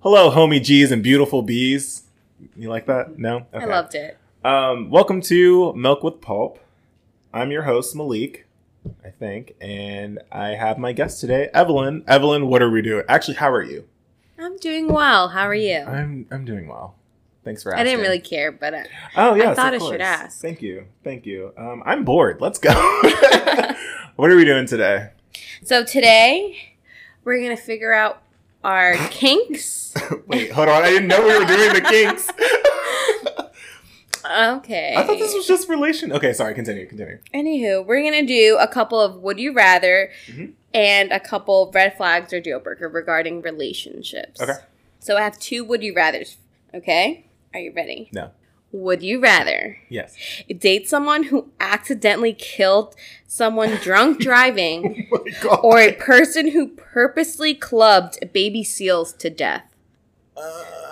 Hello, homie G's and beautiful bees. You like that? No? I loved it. Um, welcome to Milk with Pulp. I'm your host, Malik, I think, and I have my guest today, Evelyn. Evelyn, what are we doing? Actually, how are you? I'm doing well. How are you? I, I'm I'm doing well. Thanks for asking. didn't really care, but uh, Oh yes, thought of I should course. ask. Thank you, thank you. Um, I'm bored. Let's go. what are we doing today? so today we're gonna figure out our kinks. Wait, hold on. I didn't know we were doing the kinks. Okay. I thought this was just relation. Okay, sorry. Continue. Continue. Anywho, we're gonna do a couple of would you rather Mhm. and a couple of red flags or deal breaker regarding relationships. Okay. So I have two would you rather's. Okay. Are you ready? No. Would you rather Yes. date someone who accidentally killed someone drunk driving? Oh my god. or a person who purposely clubbed baby seals to death.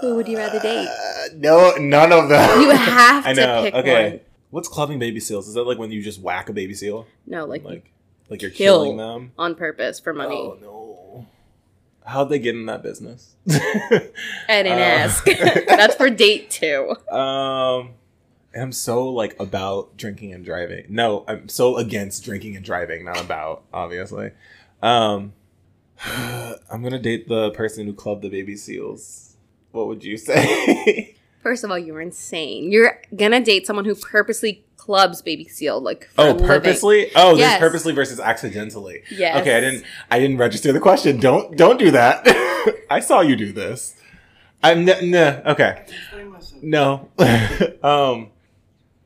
Who would you rather date? Uh, no, none of them. You have I to know. pick okay. one. What's clubbing baby seals? Is that like when you just whack a baby seal? No, like, Like, like you're Kill killing them? on purpose for money. Oh no! How'd they get in that business? I didn't uh, ask. That's for date two. um, I'm so like about drinking and driving. No, I'm so against drinking and driving, not about obviously. Um, I'm gonna date the person who clubbed the baby seals. What would you say? First of all, you're insane. You're gonna date someone who purposely clubs baby seal, like for a Oh, living. purposely? Oh, Yes. there's purposely versus accidentally. Yes. Okay, I didn't I didn't register the question. Don't don't do that. I saw you do this. I'm n- n- okay. Explain myself. No. um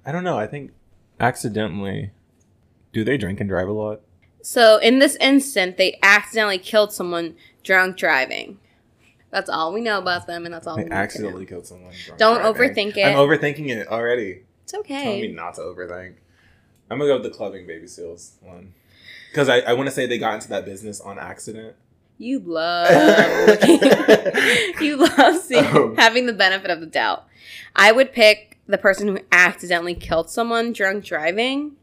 I don't know. I think accidentally do they drink and drive a lot? So in this instant, they accidentally killed someone drunk driving. That's all we know about them, and that's all They we need accidentally To killed someone. drunk Don't driving. overthink it. I'm overthinking it already. know. It's okay. Telling me not to overthink. I'm gonna go with the clubbing baby seals one. Because I, I want to say they got into that business on accident. You love you love seeing, Um. having the benefit of the doubt. I would pick the person who accidentally killed someone drunk driving,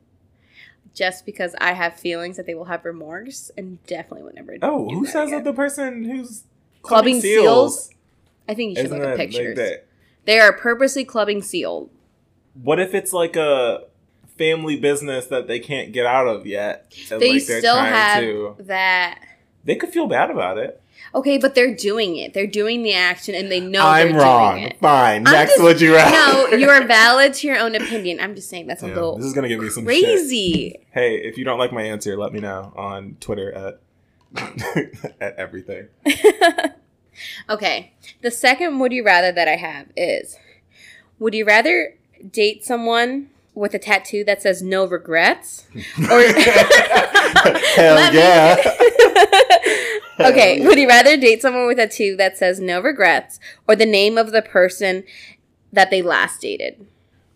just because I have feelings that they will have remorse and definitely would never. Oh, do who says that again. the person who's Clubbing clubbing, seals? seals? I think you should isn't look at that like pictures. that? They are purposely clubbing seal. What if it's like a family business that they can't get out of yet? and, They like, they're still trying have to- that. They could feel bad about it. Okay, but they're doing it. They're doing the action, and they know I'm they're wrong. doing it. Fine. I'm Next, just- would you No, rather? you are valid to your own opinion. I'm just saying that's a Damn, little this is gonna give me some shit. crazy. Hey, if you don't like my answer, let me know on Twitter at at everything. okay. The second would you rather that I have is would you rather date someone with a tattoo that says no regrets or Hell Let me- yeah. okay, Hell would you rather date someone with a tattoo that says no regrets or the name of the person that they last dated?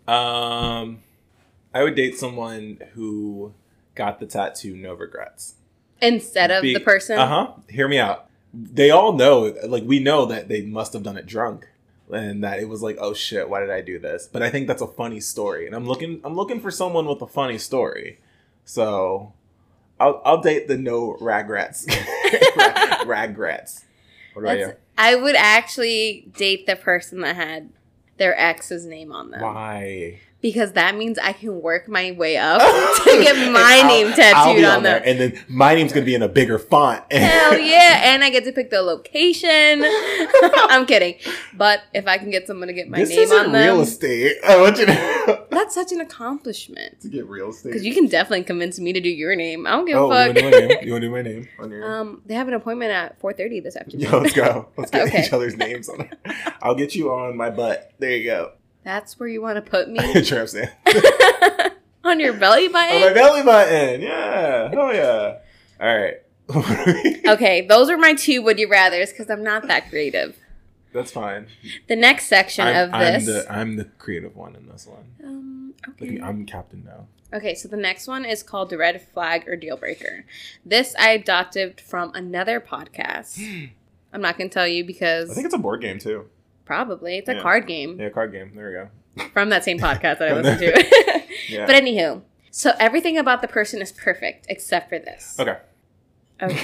Um, I would date someone who got the tattoo. No regrets. Instead of the person, Uh huh. Hear me out. They all know, like we know that they must have done it drunk, and that it was like, oh shit, why did I do this? But I think that's a funny story, and I'm looking, I'm looking for someone with a funny story. So, I'll, I'll date the no regrets, regrets. What about That's- I would actually date the person that had their ex's name on them you? Why? because that means I can work my way up to get my I'll- name I'll tattooed be on, them. and then my name's gonna be in a bigger font. Hell yeah. And I get to pick the location. I'm kidding. But if I can get someone to get my this name isn't on them, real estate. I want you to, that's such an accomplishment. to get real estate. Because you can definitely convince me to do your name. I don't give oh, a you want to do my fuck. name? You want to do my name on your? Um, they have an appointment at 4.30 this afternoon. Yeah, let's go. Let's get Okay. each other's names on it. I'll get you on my butt. There you go. That's where you want to put me? Tramp stamp. on your belly On Oh my button? belly button. Yeah. Hell yeah. All right. okay, those are my two would you rathers because I'm not that creative. That's fine. The next section of I'm this. the, I'm the creative one in this one. um, Look, okay. I'm captain now. Okay, so the next one is called the red flag or deal breaker. This I adopted from another podcast. I'm not going to tell you I because think it's a board game too. probably it's a Yeah. card game Yeah, card game. There we go. from that same podcast that I listened to. Yeah. but anywho, so everything about the person is perfect except for this. okay. Okay.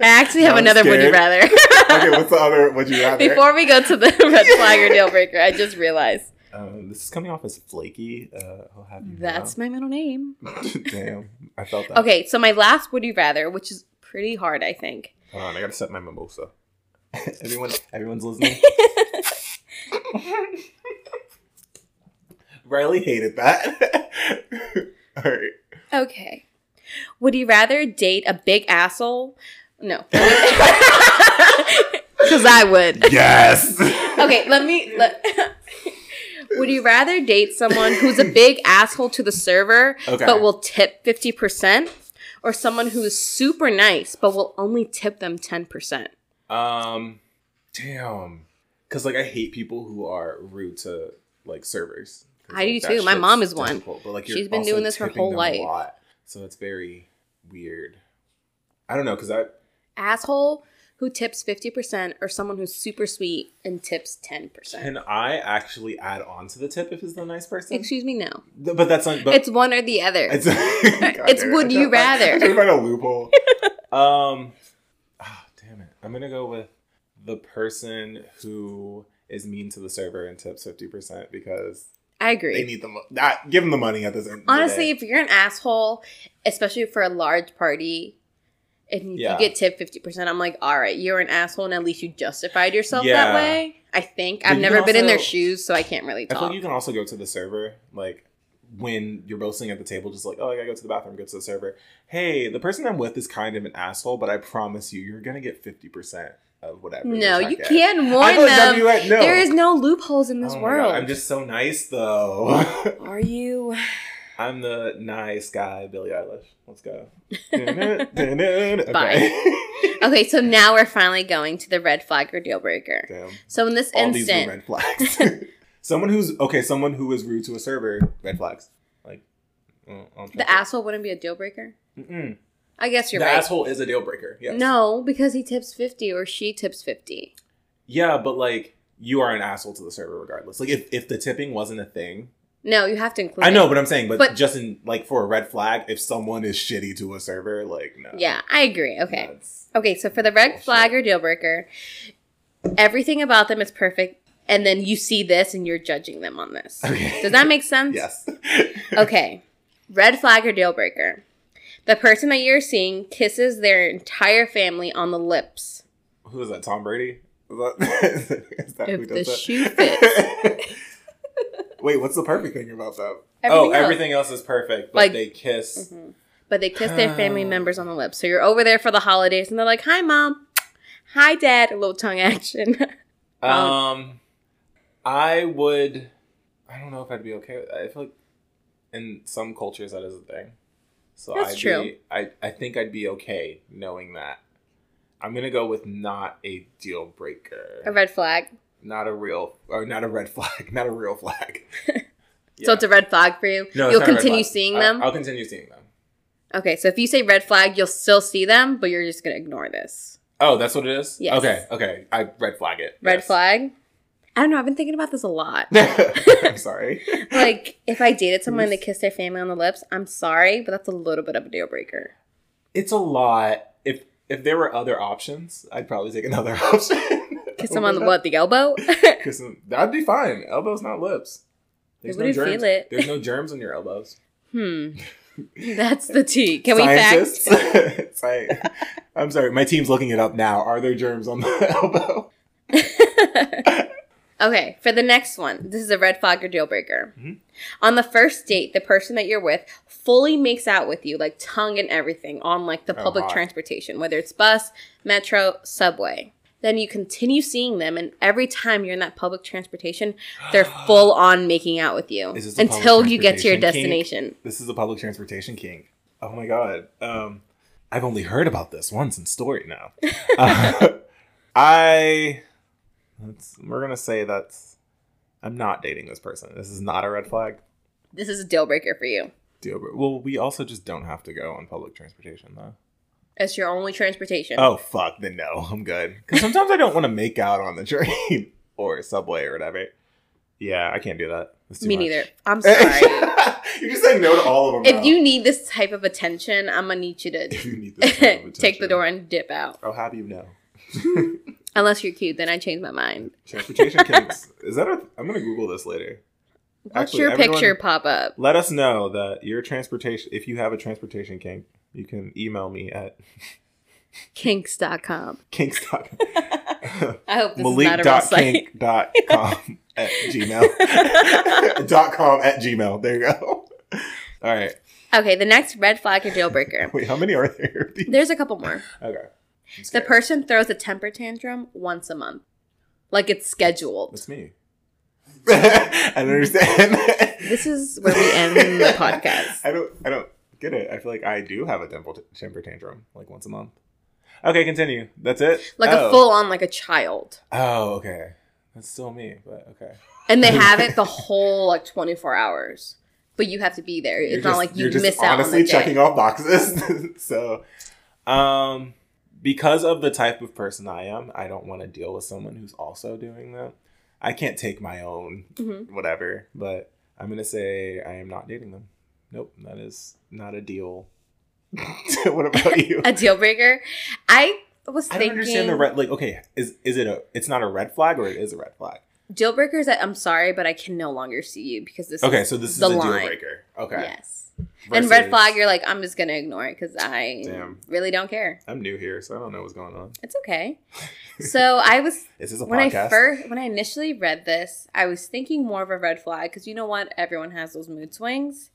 I actually have Oh. I'm another would you scared. rather. okay, what's the other? Would you rather? Before we go to the red flag or deal breaker, I just realized um, this is coming off as flaky. Uh, I'll have you that's my middle name. know. damn. I felt that. Okay, so my last would you rather, which is pretty hard, I think. Hold on, I gotta set my mimosa. Everyone, everyone's listening. Riley hated that. All right. okay. Would you rather date a big asshole? No. Because I would. Yes. Okay, let me. Let, would you rather date someone who's a big asshole to the server Okay. but will tip 50%? Or someone who is super nice but will only tip them 10%? Um, damn. Because like I hate people who are rude to like servers. 'Cause, I do like, that too. My shit's mom is one. difficult, But like you're She's been also doing this her tipping whole them a life. lot. so it's very weird. I don't know because I Asshole who tips 50% or someone who's super sweet and tips 10%? can I actually add on to the tip if it's the nice person. Excuse me, no. Th- but that's not. But it's one or the other. it's, God It's damn it. would I you tried- I- rather. I tried to find a loophole. um, ah, damn it. I'm gonna go with the person who is mean to the server and tips fifty percent because I they agree. need the mo- ah, give them the money at this end. of the Honestly, day. if you're an asshole, especially for a large party, if you Yeah. get tipped 50%, I'm like, all right, you're an asshole and at least you justified yourself Yeah. that way. I think. But I've you never can been in their also- shoes, so I can't really I feel talk. like you can also go to the server, like when you're both sitting at the table, just like, oh, I gotta go to the bathroom, go to the server. Hey, the person I'm with is kind of an asshole, but I promise you, you're gonna get fifty percent of whatever. no, your you check is." can I warn thought them. WA no. There is no loopholes in this Oh my God, world. I'm just so nice though. Are you? I'm the nice guy, Billie Eilish. Let's go. okay. Bye. Okay, so now we're finally going to the red flag or deal breaker. Damn. So in this All these were instant, red flags. someone who's okay, someone who is rude to a server, red flags. Like mm, I'll check the it. asshole wouldn't be a deal breaker. Mm-mm. I guess The you're right. asshole is a deal breaker. Yes. No, because he tips 50 or she tips 50. Yeah, but like you are an asshole to the server regardless. Like if, if the tipping wasn't a thing, No, you have to include I know, it. but I'm saying, but, But- just in like for a red flag, if someone is shitty to a server, like no. Yeah, I agree. Okay. That's- Okay, so for the red Bullshit. flag or deal breaker, everything about them is perfect and then you see this and you're judging them on this. Okay. Does that make sense? Yes. Okay. Red flag or deal breaker. The person that you're seeing kisses their entire family on the lips. Who is that? Tom Brady? Is that, is that If the shoe fits. Wait, what's the perfect thing about that? oh, Everything else. everything else is perfect, but Like- they kiss. But they kiss their family Huh. members on the lips. So you're over there for the holidays and they're like, "Hi mom." "Hi dad." A little tongue action. mm-hmm. Um, I would. I don't know if I'd be okay with that. I feel like in some cultures that is a thing. So That's I'd true. Be, I I think I'd be okay knowing that. I'm gonna go with not a deal breaker, a red flag. not a real or not a red flag, not a real flag. So Yeah. it's a red flag for you. No, it's you'll not a red continue flag. seeing I- them. I'll continue seeing them. okay, so if you say red flag, you'll still see them, but you're just gonna ignore this Oh, that's what it is. Yes. Okay. Okay. I red flag it. red Yes. flag. I don't know. I've been thinking about this a lot. I'm sorry. like if I dated someone and they kissed their family on the lips, I'm sorry, but that's a little bit of a deal breaker. It's a lot. If if there were other options, I'd probably take another option. Kiss Oh them my on the God. what? The elbow? Kiss them. That'd be fine. Elbows, not lips. There's They no wouldn't germs. feel it. There's no germs in your elbows. hmm. That's the tea. Can we fact? Scientists? Sci- I'm sorry. My team's looking it up now. Are there germs on the elbow? okay, for the next one, this is a red flag or deal breaker. Mhm. On the first date, the person that you're with fully makes out with you, like tongue and everything, on like the Oh, public hot. transportation, whether it's bus, metro, subway. Then you continue seeing them, and every time you're in that public transportation, they're full on making out with you Is this a public until you get to your transportation kink? destination. This is a public transportation king. Oh my god. Um, I've only heard about this once in story now. Uh, I, that's, we're gonna say that's. I'm not dating this person. This is not a red flag. This is a deal breaker for you. Deal. bre- Well, we also just don't have to go on public transportation though. It's your only transportation. Oh fuck, then no, I'm good. Because sometimes I don't want to make out on the train or subway or whatever. Yeah, I can't do that. It's too Me much. neither. I'm sorry. You're just saying no to all of them. If you need this type of attention, I'm gonna need you to if you need this type of take the attention. door and dip out. Oh, how do you know? Unless you're cute, then I change my mind. Transportation kinks. Is that a? I'm gonna Google this later. What's Actually, your everyone- picture pop up? Let us know that your transportation. If you have a transportation kink, you can email me at Kinks.com. kinks. I hope this is not a real site. Malik.kink.com at gmail. dot com at gmail. There you go. All right. Okay, the next red flag or deal breaker. Wait, how many are there? There's a couple more. Okay. I'm The scared. person throws a temper tantrum once a month. Like it's scheduled. That's me. I don't understand. This is where we end the podcast. I don't. I don't get it. I feel like I do have a temper, temper tantrum like once a month. Okay, continue. That's it. Like Oh. a full on like a child. Oh, okay. That's still me, but okay. And they have it the whole like 24 hours. But you have to be there. It's You're not just- like you you're just miss out on Honestly, the checking day. off boxes. so, um, because of the type of person I am, I don't want to deal with someone who's also doing that. I can't take my own Mhm. whatever, but I'm gonna say I am not dating them. Nope, that is not a deal. what about you? A deal breaker. I was I don't thinking understand the red. Like, okay, is is it a? It's not a red flag, or it is a red flag. deal breakers that I'm sorry, but I can no longer see you because this Okay, is so this is the a deal line. breaker. Okay, yes. And red Versus- flag, you're like, I'm just gonna ignore it because I Damn. really don't care. I'm new here, so I don't know what's going on. It's okay. So I was Is this a when podcast? I first when I initially read this, I was thinking more of a red flag because you know what, everyone has those mood swings,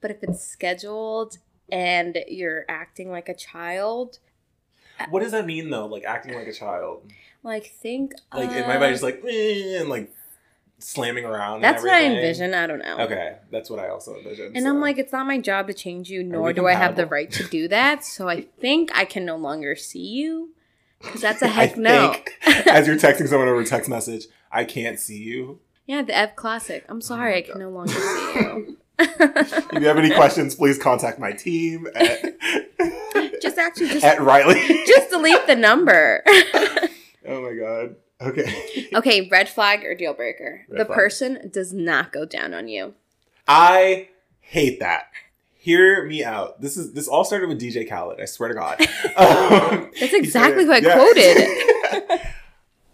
but if it's scheduled and you're acting like a child, What does that mean though? Like acting like a child. like think Like in of- my body's like "Eh," and like slamming around. that's and what I everything. envision. I don't know. Okay, that's what I also envision. And I'm like, it's not my job to change you, nor we do I have the compatible? right to do that. So I think I can no longer see you because that's a heck no. as you're texting someone over a text message, I can't see you. Yeah, the Ev Classic. Oh I'm sorry, I can no longer see you. If you have any questions, please contact my team at, just actually, just at Riley. just delete the number. oh my god. Okay. okay, red flag or deal breaker. Red the flag. person does not go down on you. I hate that. Hear me out. This is this all started with DJ Khaled. I swear to God. Um, That's he started- exactly what I yeah. quoted.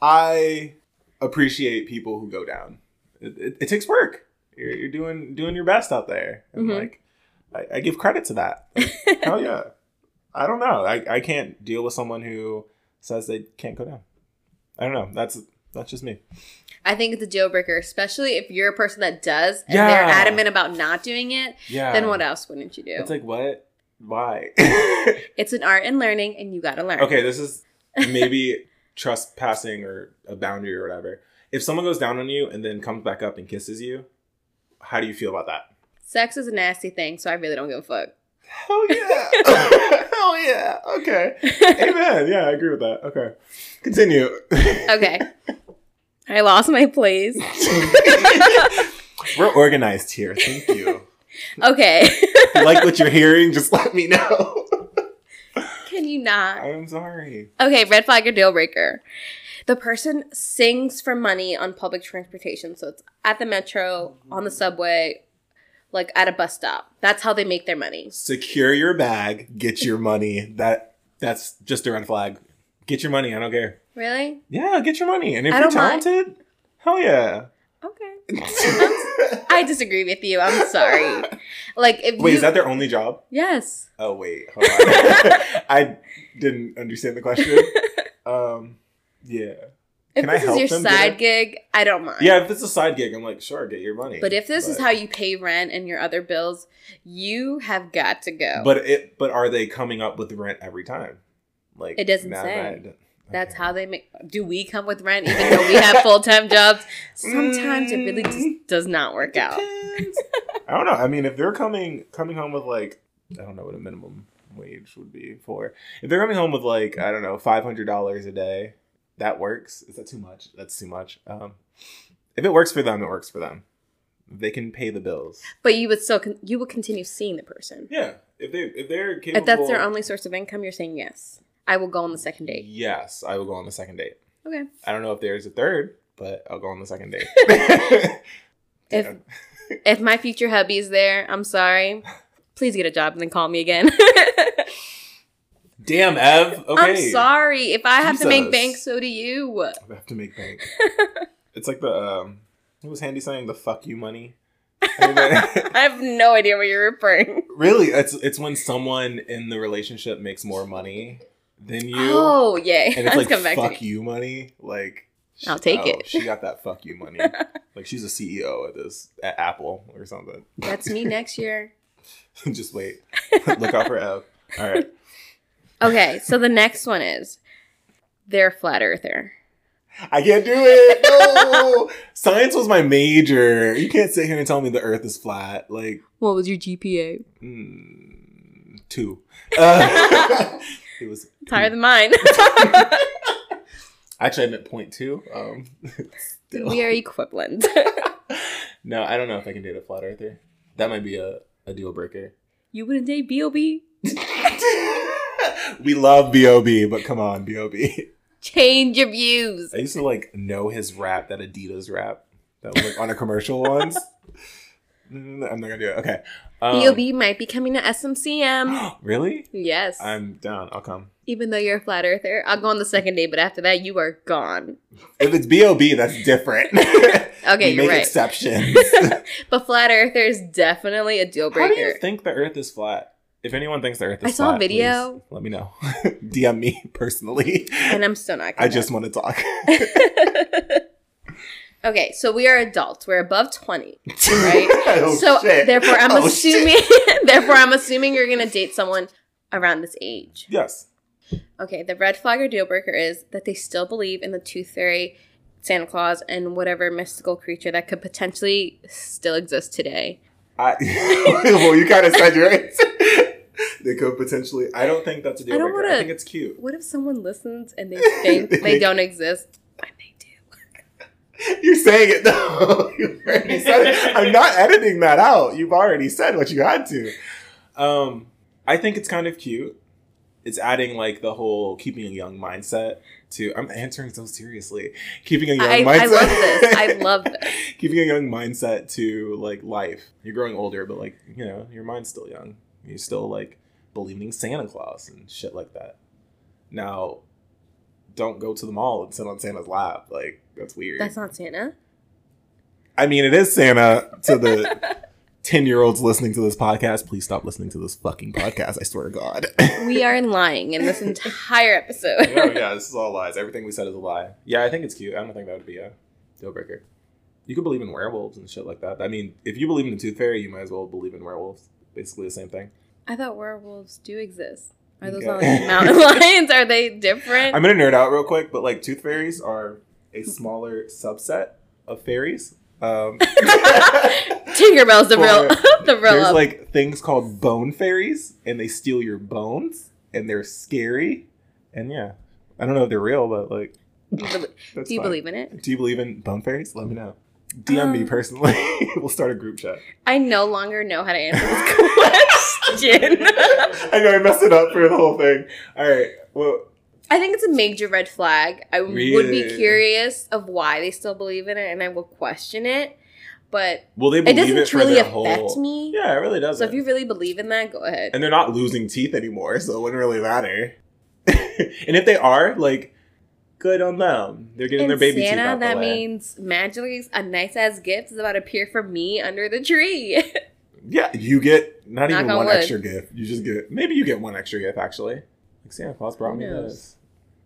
I appreciate people who go down. It, it, it takes work. You're, you're doing doing your best out there, and Mhm. like I, I give credit to that. Like, hell yeah! I don't know. I, I can't deal with someone who says they can't go down. I don't know. That's that's just me. I think it's a deal breaker, especially if you're a person that does and they're Yeah. adamant about not doing it. Yeah. Then what else wouldn't you do? It's like what? Why? It's an art and learning, and you gotta learn. okay, this is maybe trespassing or a boundary or whatever. If someone goes down on you and then comes back up and kisses you, how do you feel about that? Sex is a nasty thing, so I really don't give a fuck. Hell yeah. Hell yeah. Okay. Amen. Yeah, I agree with that. Okay. Continue. Okay. I lost my place. We're organized here. Thank you. Okay. If you like what you're hearing, just let me know. Can you not? I'm sorry. Okay, red flag or deal breaker. The person sings for money on public transportation. So it's at the metro, on the subway, like at a bus stop. That's how they make their money. Secure your bag, get your money. That that's just a red flag. Get your money, I don't care. Really? Yeah, get your money. And if I you're don't mind. talented, hell yeah. Okay. I disagree with you. I'm sorry. Like if Wait, you is that their only job? Yes. Oh wait, hold on. I didn't understand the question. Um, yeah, If Can I this help is your them get side it? gig, I don't mind. yeah. If it's a side gig, I'm like, sure, get your money. But if this is how you pay rent and your other bills, you have got to go. but it, but are they coming up with rent every time? Like It doesn't nah, say. nah, I don't- That's okay. how they make. Do we come with rent even though we have full time jobs? Sometimes it really just does not work out. Mm. Depends. I don't know. I mean, if they're coming coming home with like, I don't know what a minimum wage would be for. If they're coming home with like, I don't know, five hundred dollars a day, that works. Is that too much? That's too much. Um, if it works for them, it works for them. They can pay the bills. But you would still con- you would continue seeing the person. Yeah, if they if they're capable, If that's their only source of income, you're saying yes. I will go on the second date. Yes, I will go on the second date. Okay. I don't know if there's a third, but I'll go on the second date. If Yeah. if my future hubby is there, I'm sorry. Please get a job and then call me again. Damn, Ev. Okay. I'm sorry. If I have to make Jesus. bank, so do you. I have to make bank. it's like the um, what was Handy saying? The fuck you money. Anyway, I have no idea what you're referring. really, it's it's when someone in the relationship makes more money than you, Oh yeah, and it's let's like come back fuck to it. you money. Like I'll take oh, it. She got that fuck you money. like she's a CEO at this at Apple or something. That's me next year. Just wait. Look out for Ev. All right. Okay, so the next one is they're a flat earther. I can't do it. No. Science was my major. You can't sit here and tell me the earth is flat. Like, What was your GPA? mm, two. Uh, it was It's higher than mine. actually I meant point two. Um, still. we are equivalent. No, I don't know if I can date a flat earther. That might be a, a deal breaker. you wouldn't date Bob. we love B.O.B., but come on, B.O.B. Change your views. I used to like know his rap, that Adidas rap that was like on a commercial once. Mm, I'm not gonna do it. Okay. Um, Bob might be coming to SMCM. Really? yes. I'm down. I'll come. Even though you're a flat earther, I'll go on the second day, but after that, you are gone. If it's B.O.B., that's different. Okay, we you're make right. exceptions. but flat earther is definitely a deal How do you breaker. think the earth is flat? If anyone thinks the earth is I saw a flat, video. please let me know. DM me personally. and I'm still not. I just want to talk. okay, so we are adults. We're above twenty, right? Oh, so shit. therefore, I'm Oh, shit. assuming. therefore, I'm assuming you're gonna date someone around this age. Yes. Okay, the red flag or deal breaker is that they still believe in the tooth fairy, Santa Claus, and whatever mystical creature that could potentially still exist today. I, well, you kind of said your answer. They could potentially. I don't think that's a deal I don't breaker. I wanna- think it's cute. What if someone listens and they think they don't exist? But they do. You're saying it though. you already said it. I'm not editing that out. You've already said what you had to. Um, I think it's kind of cute. It's adding like the whole keeping a young mindset to. I'm answering so seriously. Keeping a young I, mindset. I love this. I love this. keeping a young mindset to like life. You're growing older, but like you know, your mind's still young. You're still like believing in Santa Claus and shit like that. Now, don't go to the mall and sit on Santa's lap. Like that's weird. That's not Santa. I mean, it is Santa to the 10 year olds listening to this podcast. Please stop listening to this fucking podcast. I swear to God. We are lying in this entire episode. oh, yeah, this is all lies. Everything we said is a lie. Yeah, I think it's cute. I don't think that would be a deal breaker. You could believe in werewolves and shit like that. I mean, if you believe in the tooth fairy, you might as well believe in werewolves. Basically the same thing. I thought werewolves do exist. Are those Okay. not like mountain lions? Are they different? I'm going to nerd out real quick, but like tooth fairies are a smaller subset of fairies. Um, Tinkerbell's the real, the real. There's up. like things called bone fairies, and they steal your bones, and they're scary. And yeah, I don't know if they're real, but like, do you believe- that's do you fine. believe in it? Do you believe in bone fairies? Let me know. DM me Um, personally. we'll start a group chat. I no longer know how to answer this question. I know I messed it up for the whole thing. All right. Well, I think it's a major red flag. I would be Really? curious of why they still believe in it, and I will question it. But will they it believe it, doesn't for truly their affect whole? me. Yeah, it really doesn't. So if you really believe in that, go ahead. and they're not losing teeth anymore, so it wouldn't really matter. and if they are, like, good on them. They're getting their And baby Santa, teeth out that the way. means magically a nice ass gift is about to appear for me under the tree. Yeah, you get not Knock even on one wood. extra gift. You just get maybe you get one extra gift actually. Like Santa Claus brought Who me knows? this.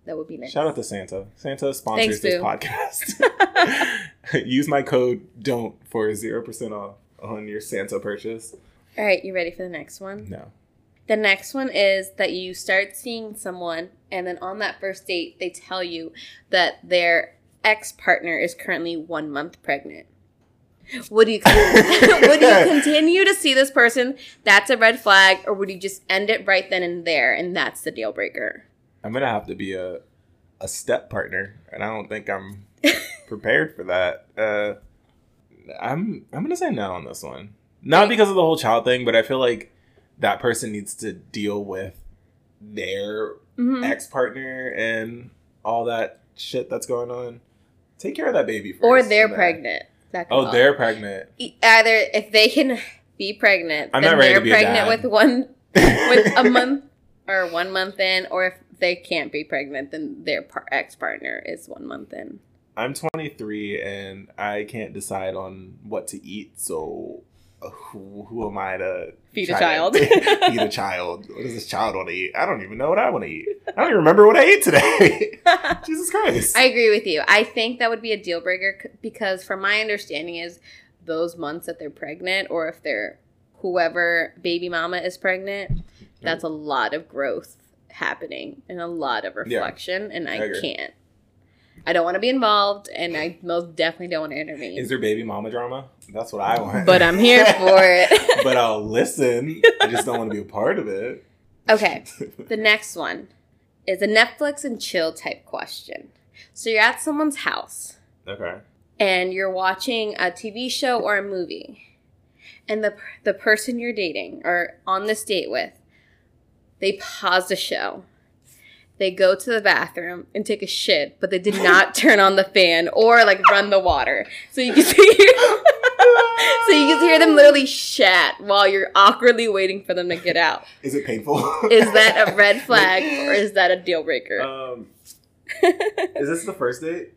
that would be nice. Shout out to Santa. Santa sponsors Thanks, this Boo. podcast. Use my code don't for zero percent off on your Santa purchase. All right, you ready for the next one? No. The next one is that you start seeing someone, and then on that first date, they tell you that their ex partner is currently one month pregnant. Would you would you continue to see this person? That's a red flag, or would you just end it right then and there, and that's the deal breaker? I'm gonna have to be a a step partner, and I don't think I'm prepared for that. Uh, I'm I'm gonna say no on this one, not because of the whole child thing, but I feel like that person needs to deal with their Mhm. ex partner and all that shit that's going on. Take care of that baby first. Or they're and then- pregnant. That could Oh, all- they're pregnant. E- either if they can be pregnant, I'm then not ready they're to be a dad. pregnant with one with a month or one month in, or if they can't be pregnant, then their par- ex partner is one month in. I'm 23 and I can't decide on what to eat, so uh, who, who am I to Feed try a to child. feed a child. What does this child want to eat? I don't even know what I want to eat. I don't even remember what I ate today. I Jesus Christ. agree with you. I think that would be a deal breaker c- because, from my understanding, is those months that they're pregnant, or if they're whoever baby mama is pregnant, that's a lot of growth happening and a lot of reflection, and I, I agree. can't. I don't want to be involved, and I most definitely don't want to intervene. Is there baby mama drama? That's what I want. but I'm here for it. but I'll listen. I just don't want to be a part of it. okay, the next one is a Netflix and chill type question. So you're at someone's house Okay. and you're watching a TV show or a movie, and the the person you're dating or on this date with, they pause the show. They go to the bathroom and take a shit, but they did not turn on the fan or like run the water. So you can see So you can hear them literally shat while you're awkwardly waiting for them to get out. Is it painful? Is that a red flag or is that a deal breaker? Um, is this the first date?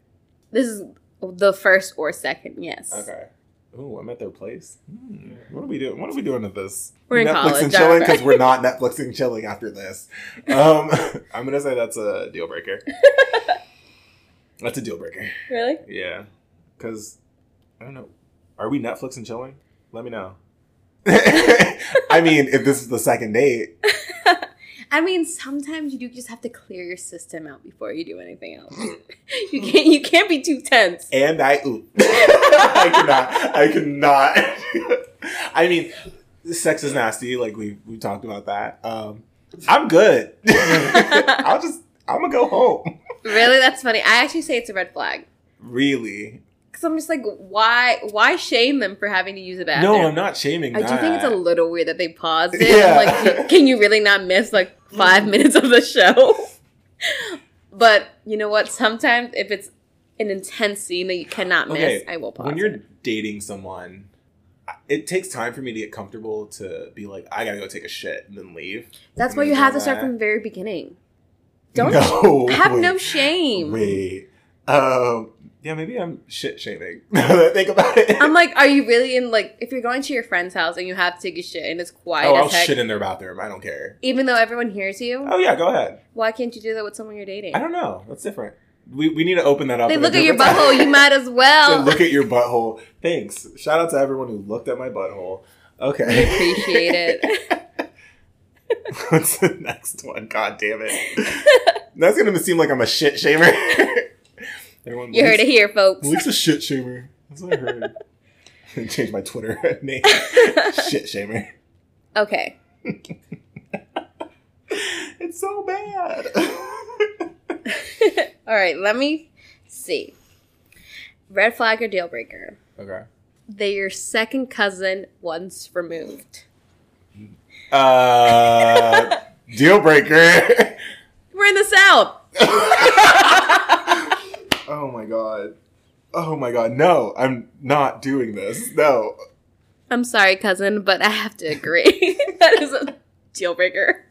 This is the first or second, yes. Okay. Ooh, I'm at their place. Hmm. What are we doing? What are we doing with this? We're in Netflix college, and chilling alright. because we're not Netflixing chilling after this. Um, I'm gonna say that's a deal breaker. that's a deal breaker. Really? Yeah, because I don't know. Are we Netflix and chilling? Let me know. I mean, if this is the second date, I mean, sometimes you do just have to clear your system out before you do anything else. you can't you can't be too tense. and I oop, I cannot. I cannot. I mean, sex is nasty. Like we we talked about that. Um, I'm good. I'll just I'm gonna go home. really? That's funny. I actually say it's a red flag. Really? Cause I'm just like, why why shame them for having to use a bathroom? No, I'm not shaming. I do think it's a that. little weird that they paused it. Yeah. Mm. Like, can you really not miss like five minutes of the show? but you know what? Sometimes if it's an intense scene that you cannot miss, Okay, I will pause. when you're it. dating someone I- it takes time for me to get comfortable to be like i gotta go take a shit and then leave That's why you have to start from the very beginning. Don't no, have wait, no shame. wait um yeah maybe i'm shit shaming now that I think about it I'm like, are you really in like if you're going to your friend's house and you have to take a shit and it's quiet oh i'll as heck, shit in their bathroom i don't care even though everyone hears you, oh yeah go ahead why can't you do that with someone you're dating? i don't know that's different we, we need to open that up They in a look at your different butthole. time. You might as They well. look at your butthole thanks shout out to everyone who looked at my butthole okay We appreciate it. What's the next one? God damn it. That's gonna seem like I'm a shit shamer. Everyone, You heard it here, folks. Luke's a shit shamer. That's what I heard. Change my Twitter name. shit shamer. okay. It's so bad. All right, let me see. Red flag or deal breaker? okay. They're your second cousin once removed. Uh, deal breaker. We're in the South. oh my god. Oh my god. No, I'm not doing this. No. I'm sorry, cousin, but I have to agree. that is a deal breaker.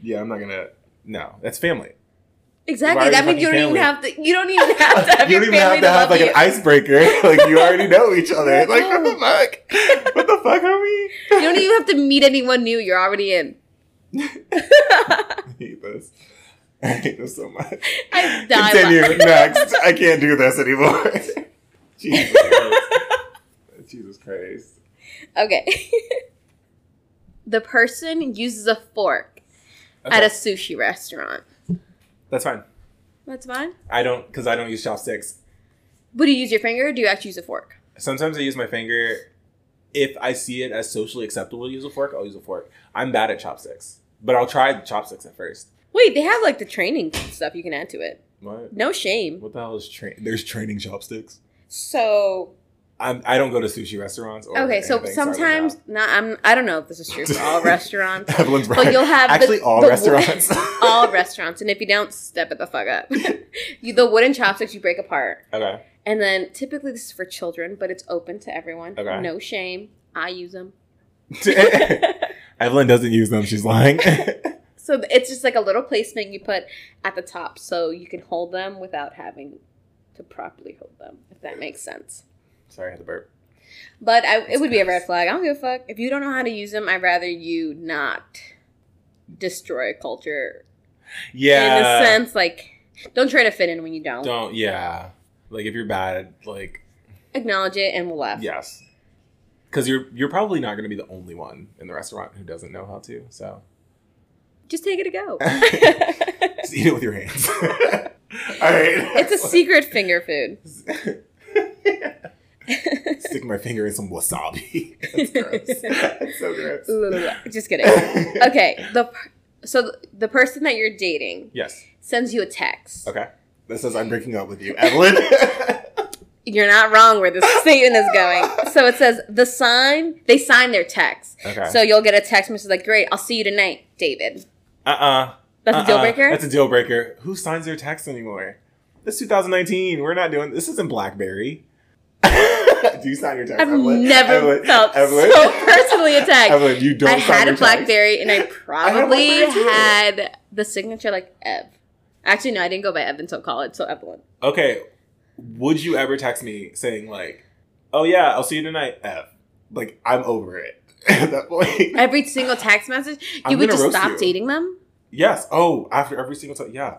Yeah, I'm not gonna. No, that's family. Exactly. Why are That you means you don't fucking even family? have to. You don't even have to have you your don't even family have to have like love an you. icebreaker. Like you already know each other. Like what the fuck? What the fuck are we? you don't even have to meet anyone new. You're already in. e- I hate this. I hate this so much. I die. Continue laughing. next. I can't do this anymore. Jesus Christ. Jesus Christ. Okay. the person uses a fork Okay. at a sushi restaurant. That's fine. That's fine. I don't because I don't use chopsticks. But do you use your finger or do you actually use a fork? Sometimes I use my finger. If I see it as socially acceptable to use a fork, I'll use a fork. I'm bad at chopsticks, but I'll try chopsticks at first. Wait, they have like the training stuff you can add to it. What? No shame. What the hell is train? There's training chopsticks. So I'm, I don't go to sushi restaurants. Or okay, so anything, sorry, sometimes not. I'm. I don't know if this is true for all restaurants, no. Evelyn's right. but you'll have the- actually all the wo- restaurants. all restaurants, and if you don't, step it the fuck up. you, the wooden chopsticks you break apart, okay. And then typically this is for children, but it's open to everyone. Okay. No shame. I use them. Evelyn doesn't use them. She's lying. so it's just like a little placement you put at the top so you can hold them without having to properly hold them, if that makes sense. Sorry, I had to burp. But I, it would be a red flag. I don't give a fuck. If you don't know how to use them, I'd rather you not destroy a culture. Yeah. In a sense, like, don't try to fit in when you don't. Don't. Yeah. Like if you're bad, like Acknowledge it and we'll laugh. yes, because you're you're probably not going to be the only one in the restaurant who doesn't know how to. So Just take it a go. just eat it with your hands. All right. It's a secret finger food. Stick my finger in some wasabi. That's gross. That's so gross. Just kidding. Okay, the per- so th- the person that you're dating Yes. sends you a text. Okay. This says I'm breaking up with you, Evelyn. You're not wrong where this statement is going. So it says the sign they sign their text. okay. So you'll get a text message like, "Great, I'll see you tonight, David." uh uh That's a deal Uh-uh. breaker. That's a deal breaker. Who signs their text anymore? This 2019. We're not doing this. Isn't BlackBerry? Do you sign your text? I've Evelyn? never Evelyn, felt Evelyn, so personally attacked. Evelyn, you don't. I sign had your a text. BlackBerry, and I probably BlackBerry too. had, the signature like Ev. Actually, no, I didn't go by Ev until college, so Evelyn. Okay. Would you ever text me saying like, "Oh yeah, I'll see you tonight," F? Like I'm over it at that point. Every single text message, you I'm would gonna just roast stop you. dating them. Yes. Oh, after every single time. Yeah.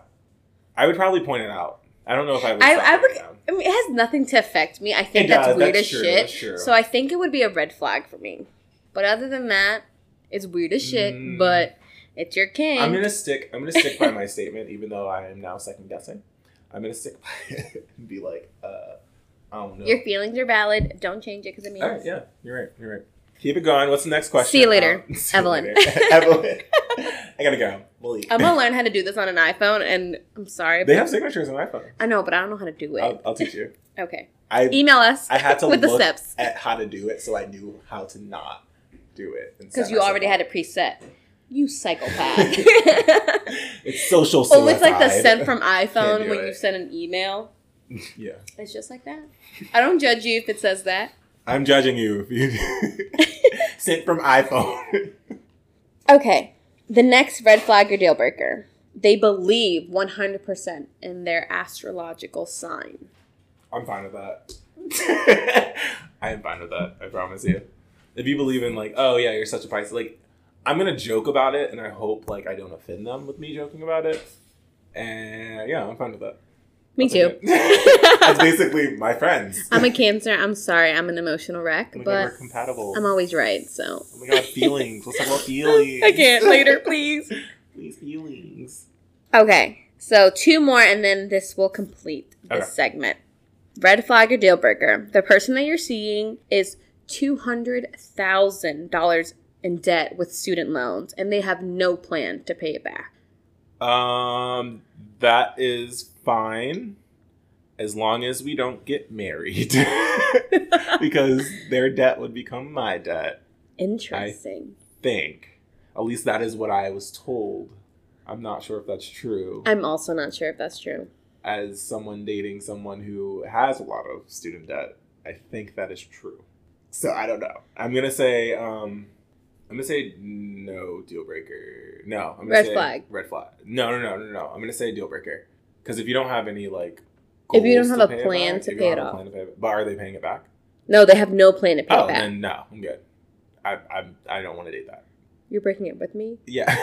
I would probably point it out. I don't know if I would. I- stop I would- dating them. I mean, it has nothing to affect me. I think It that's does. weird That's as true. shit. That's true. So I think it would be a red flag for me. But other than that, it's weird as shit. Mm. But it's your king. I'm gonna stick. I'm gonna stick by my statement, even though I am now second guessing. I'm gonna stick by it and be like, uh, I don't know. Your feelings are valid. Don't change it because it means All right, yeah, you're right. You're right. Keep it going. What's the next question? See you later, Um, see you Evelyn. later. Evelyn, I gotta go. We'll eat. I'm gonna learn how to do this on an iPhone. And I'm sorry, They but have signatures on iPhone. I know, but I don't know how to do it. I'll, I'll teach you. okay, I email us I had to with the look steps at how to do it, so I knew how to not do it. and set because you myself already up. had it preset. You psychopath. It's social. oh, it's like the suicide. send from iPhone do when it. you send an email. yeah, It's just like that. I don't judge you if it says that. I'm judging you if you sent from iPhone. Okay. The next red flag or deal breaker. They believe 100% in their astrological sign. I'm fine with that. I am fine with that. I promise you. If you believe in like, oh yeah, you're such a Pisces, like I'm gonna joke about it, and I hope like I don't offend them with me joking about it. And yeah, I'm fine with that. Me too. That's basically my friends. I'm a Cancer. I'm sorry. I'm an emotional wreck, Oh my God, but we're compatible. I'm always right. oh So. my god, feelings. Let's talk about feelings. I can't. Later, please. Please, feelings. Okay. So, two more, and then this will complete this Okay. segment. Red flag or deal breaker. The person that you're seeing is $200,000 in debt with student loans, and they have no plan to pay it back. Um, that is fine as long as we don't get married because their debt would become my debt. Interesting. think. At least that is what I was told. I'm not sure if that's true. I'm also not sure if that's true. As someone dating someone who has a lot of student debt, I think that is true. So I don't know. I'm gonna say, um, I'm gonna say no deal breaker. No, I'm gonna Red say flag. Red flag. No, no, no, no, no. I'm gonna say deal breaker because if you don't have any like, If you goals don't to have a pay plan back- to if you pay don't it have a off. plan to pay it- but are they paying it back? No, they have no plan to pay oh, it back. then no, I'm good. I, I'm, I don't want to date that. You're breaking up with me? Yeah.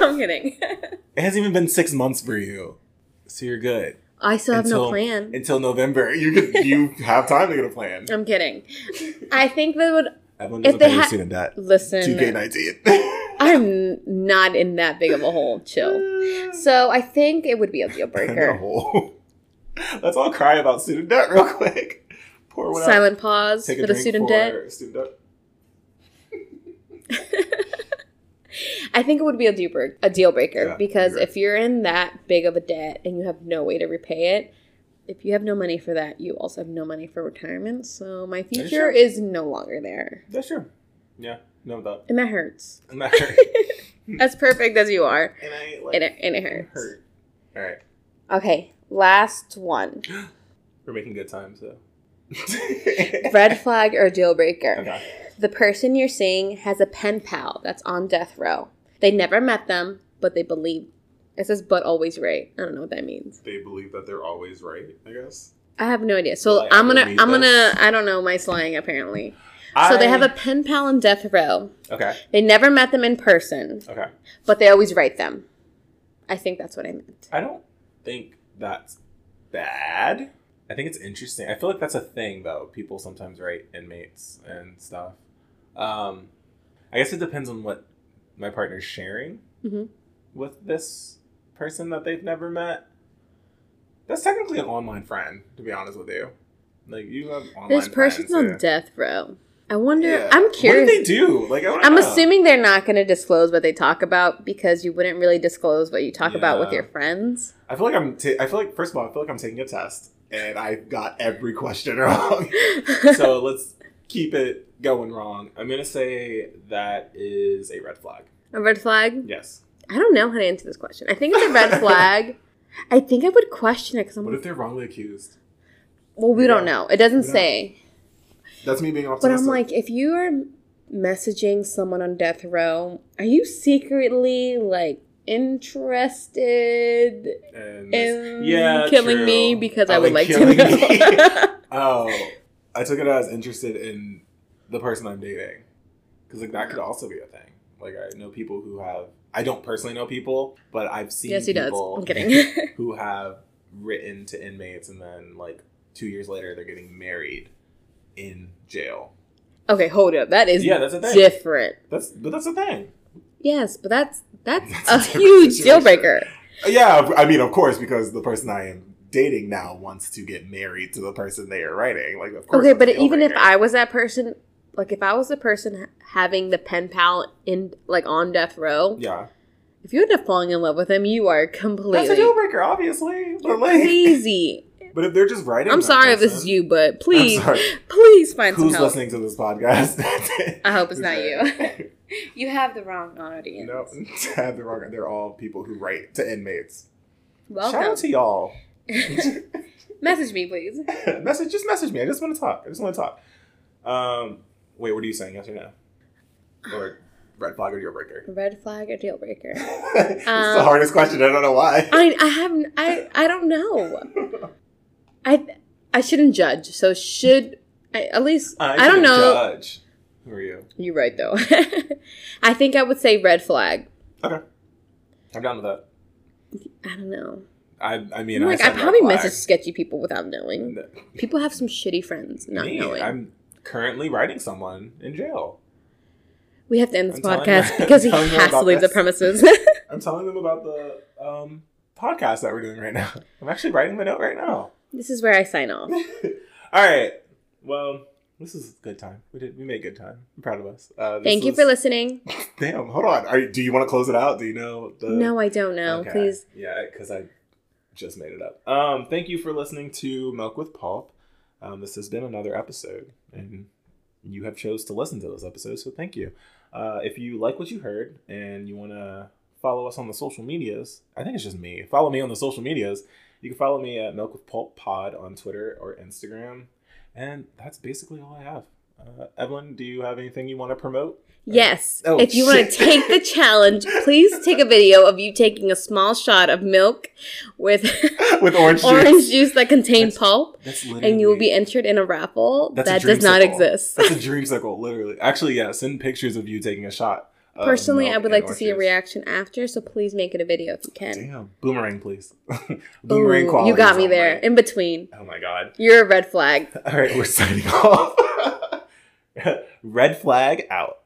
I'm kidding. It hasn't even been six months for you, so you're good I still have no Until- plan. until November. You can, you have time to get a plan. I'm kidding. I think they would Everyone doesn't If they pay their ha- student debt. Two K listen. nineteen. I'm not in that big of a hole. Chill. So I think it would be a deal breaker. hole. Let's all cry about student debt real quick. Pour one out. Silent pause Take a for the drink student for debt. Student debt. I think it would be a deal breaker, a deal breaker Yeah, because you're right. if you're in that big of a debt and you have no way to repay it, if you have no money for that, you also have no money for retirement. So my you future sure? is no longer there, That's true. Yeah, no doubt. and that hurts. And that hurt. As perfect as you are, and I like and it, and it hurts. hurt. All right. Okay, last one. We're making good time, so. Red flag or deal breaker. Okay. The person you're seeing has a pen pal that's on death row. They never met them, but they believe. It says, but always right. I don't know what that means. They believe that they're always right, I guess. I have no idea. So Well, I I'm gonna, believe I'm gonna, this. I don't know my slang apparently. So they have a pen pal on death row. Okay, They never met them in person, okay. but they always write them. I think that's what I meant. I don't think that's bad. I think it's interesting. I feel like that's a thing though. People sometimes write inmates and stuff. Um, I guess it depends on what my partner's sharing Mhm. with this person that they've never met. That's technically an online friend, to be honest with you. Like you have online. This person's on friends, Oh yeah. death row. I wonder. Yeah. I'm What curious. do they do? Like I wanna I'm know. assuming they're not going to disclose what they talk about because you wouldn't really disclose what you talk about with Yeah. your friends. I feel like I'm. Ta- I feel like first of all, I feel like I'm taking a test, and I got every question wrong. so let's keep it going wrong. I'm gonna say that is a red flag. a red flag? Yes. I don't know how to answer this question. I think it's a red flag. I think I would question it because I'm What like, if they're wrongly accused? well, we don't Yeah. know. It doesn't We don't- say. That's me being But optimistic. I'm like, if you are messaging someone on death row, are you secretly like interested and in yeah, killing true. me because I Oh, would like to killing me. know? oh, I took it as interested in the person I'm dating, because like that could also be a thing. Like I know people who have. I don't personally know people, but I've seen. yes, he does. people I'm kidding. who have written to inmates and then like two years later they're getting married in jail. okay, hold up. That is Yeah, that's a thing. different. That's but that's the thing. Yes, but that's that's, That's a a different huge deal situation. breaker. Uh, Yeah, I mean, of course, because the person I am dating now wants to get married to the person they are writing. Like, of course. Okay, it's a but deal even if breaker. I was that person, like if I was the person ha- having the pen pal in like on death row, yeah, if you end up falling in love with him, you are completely that's a deal breaker, obviously. But like, crazy. but if they're just writing, I'm that sorry if this is person- you, but I'm please, sorry. please find Who's some help. listening to this podcast? That's it. I hope it's not Okay. You have the wrong audience. no, I have the wrong. They're all people who write to inmates. Shout out Welcome. to y'all. Message me, please. message just message me. I just want to talk. I just want to talk. Um, wait, what are you saying? Yes or no? Or red flag or deal breaker? Red flag or deal breaker? it's the Um, hardest question. I don't know why. I I haven't I I don't know. I I shouldn't judge. So should I, at least I, don't shouldn't know. Judge. Who are you? You're right though. I think I would say red flag. I'm down with that. I don't know. I I mean, I'm like I said red probably flag. message sketchy people without knowing. No, People have some shitty friends not me, knowing. I'm currently writing someone in jail. we have to end this I'm telling podcast you- because he telling you has to about leave this. the premises. I'm telling them about the um podcast that we're doing right now. I'm actually writing the note right now. this is where I sign off. All right. Well, this is a good time. We did. We made good time. I'm proud of us. Uh, this Thank you was- for listening. Damn. Hold on. Are, you- do you want to close it out? Do you know the? no, I don't know. Okay. Please. Yeah, because I just made it up. Um, thank you for listening to Milk with Pulp. Um, this has been another episode, and you have chose to listen to this episode, so thank you. Uh, if you like what you heard and you want to follow us on the social medias, I think it's just me. Follow me on the social medias. You can follow me at Milk with Pulp Pod on Twitter or Instagram, and that's basically all I have. Uh, Evelyn, do you have anything you want to promote? Yes. Oh, if you want shit. to take the challenge, please take a video of you taking a small shot of milk with With orange juice. orange juice that contains That's- pulp, That's and you will be literally- entered in a raffle That's a that does not dreamsicle. exist. That's a dreamsicle, literally. Actually, yeah, send pictures of you taking a shot. of Personally, milk I would and like to see a oranges. reaction after, so please make it a video if you can. Damn. Boomerang, please. Ooh, Boomerang quality. You got is me on there. my- In between. Oh my god. You're a red flag. All right, we're signing off. Red flag out.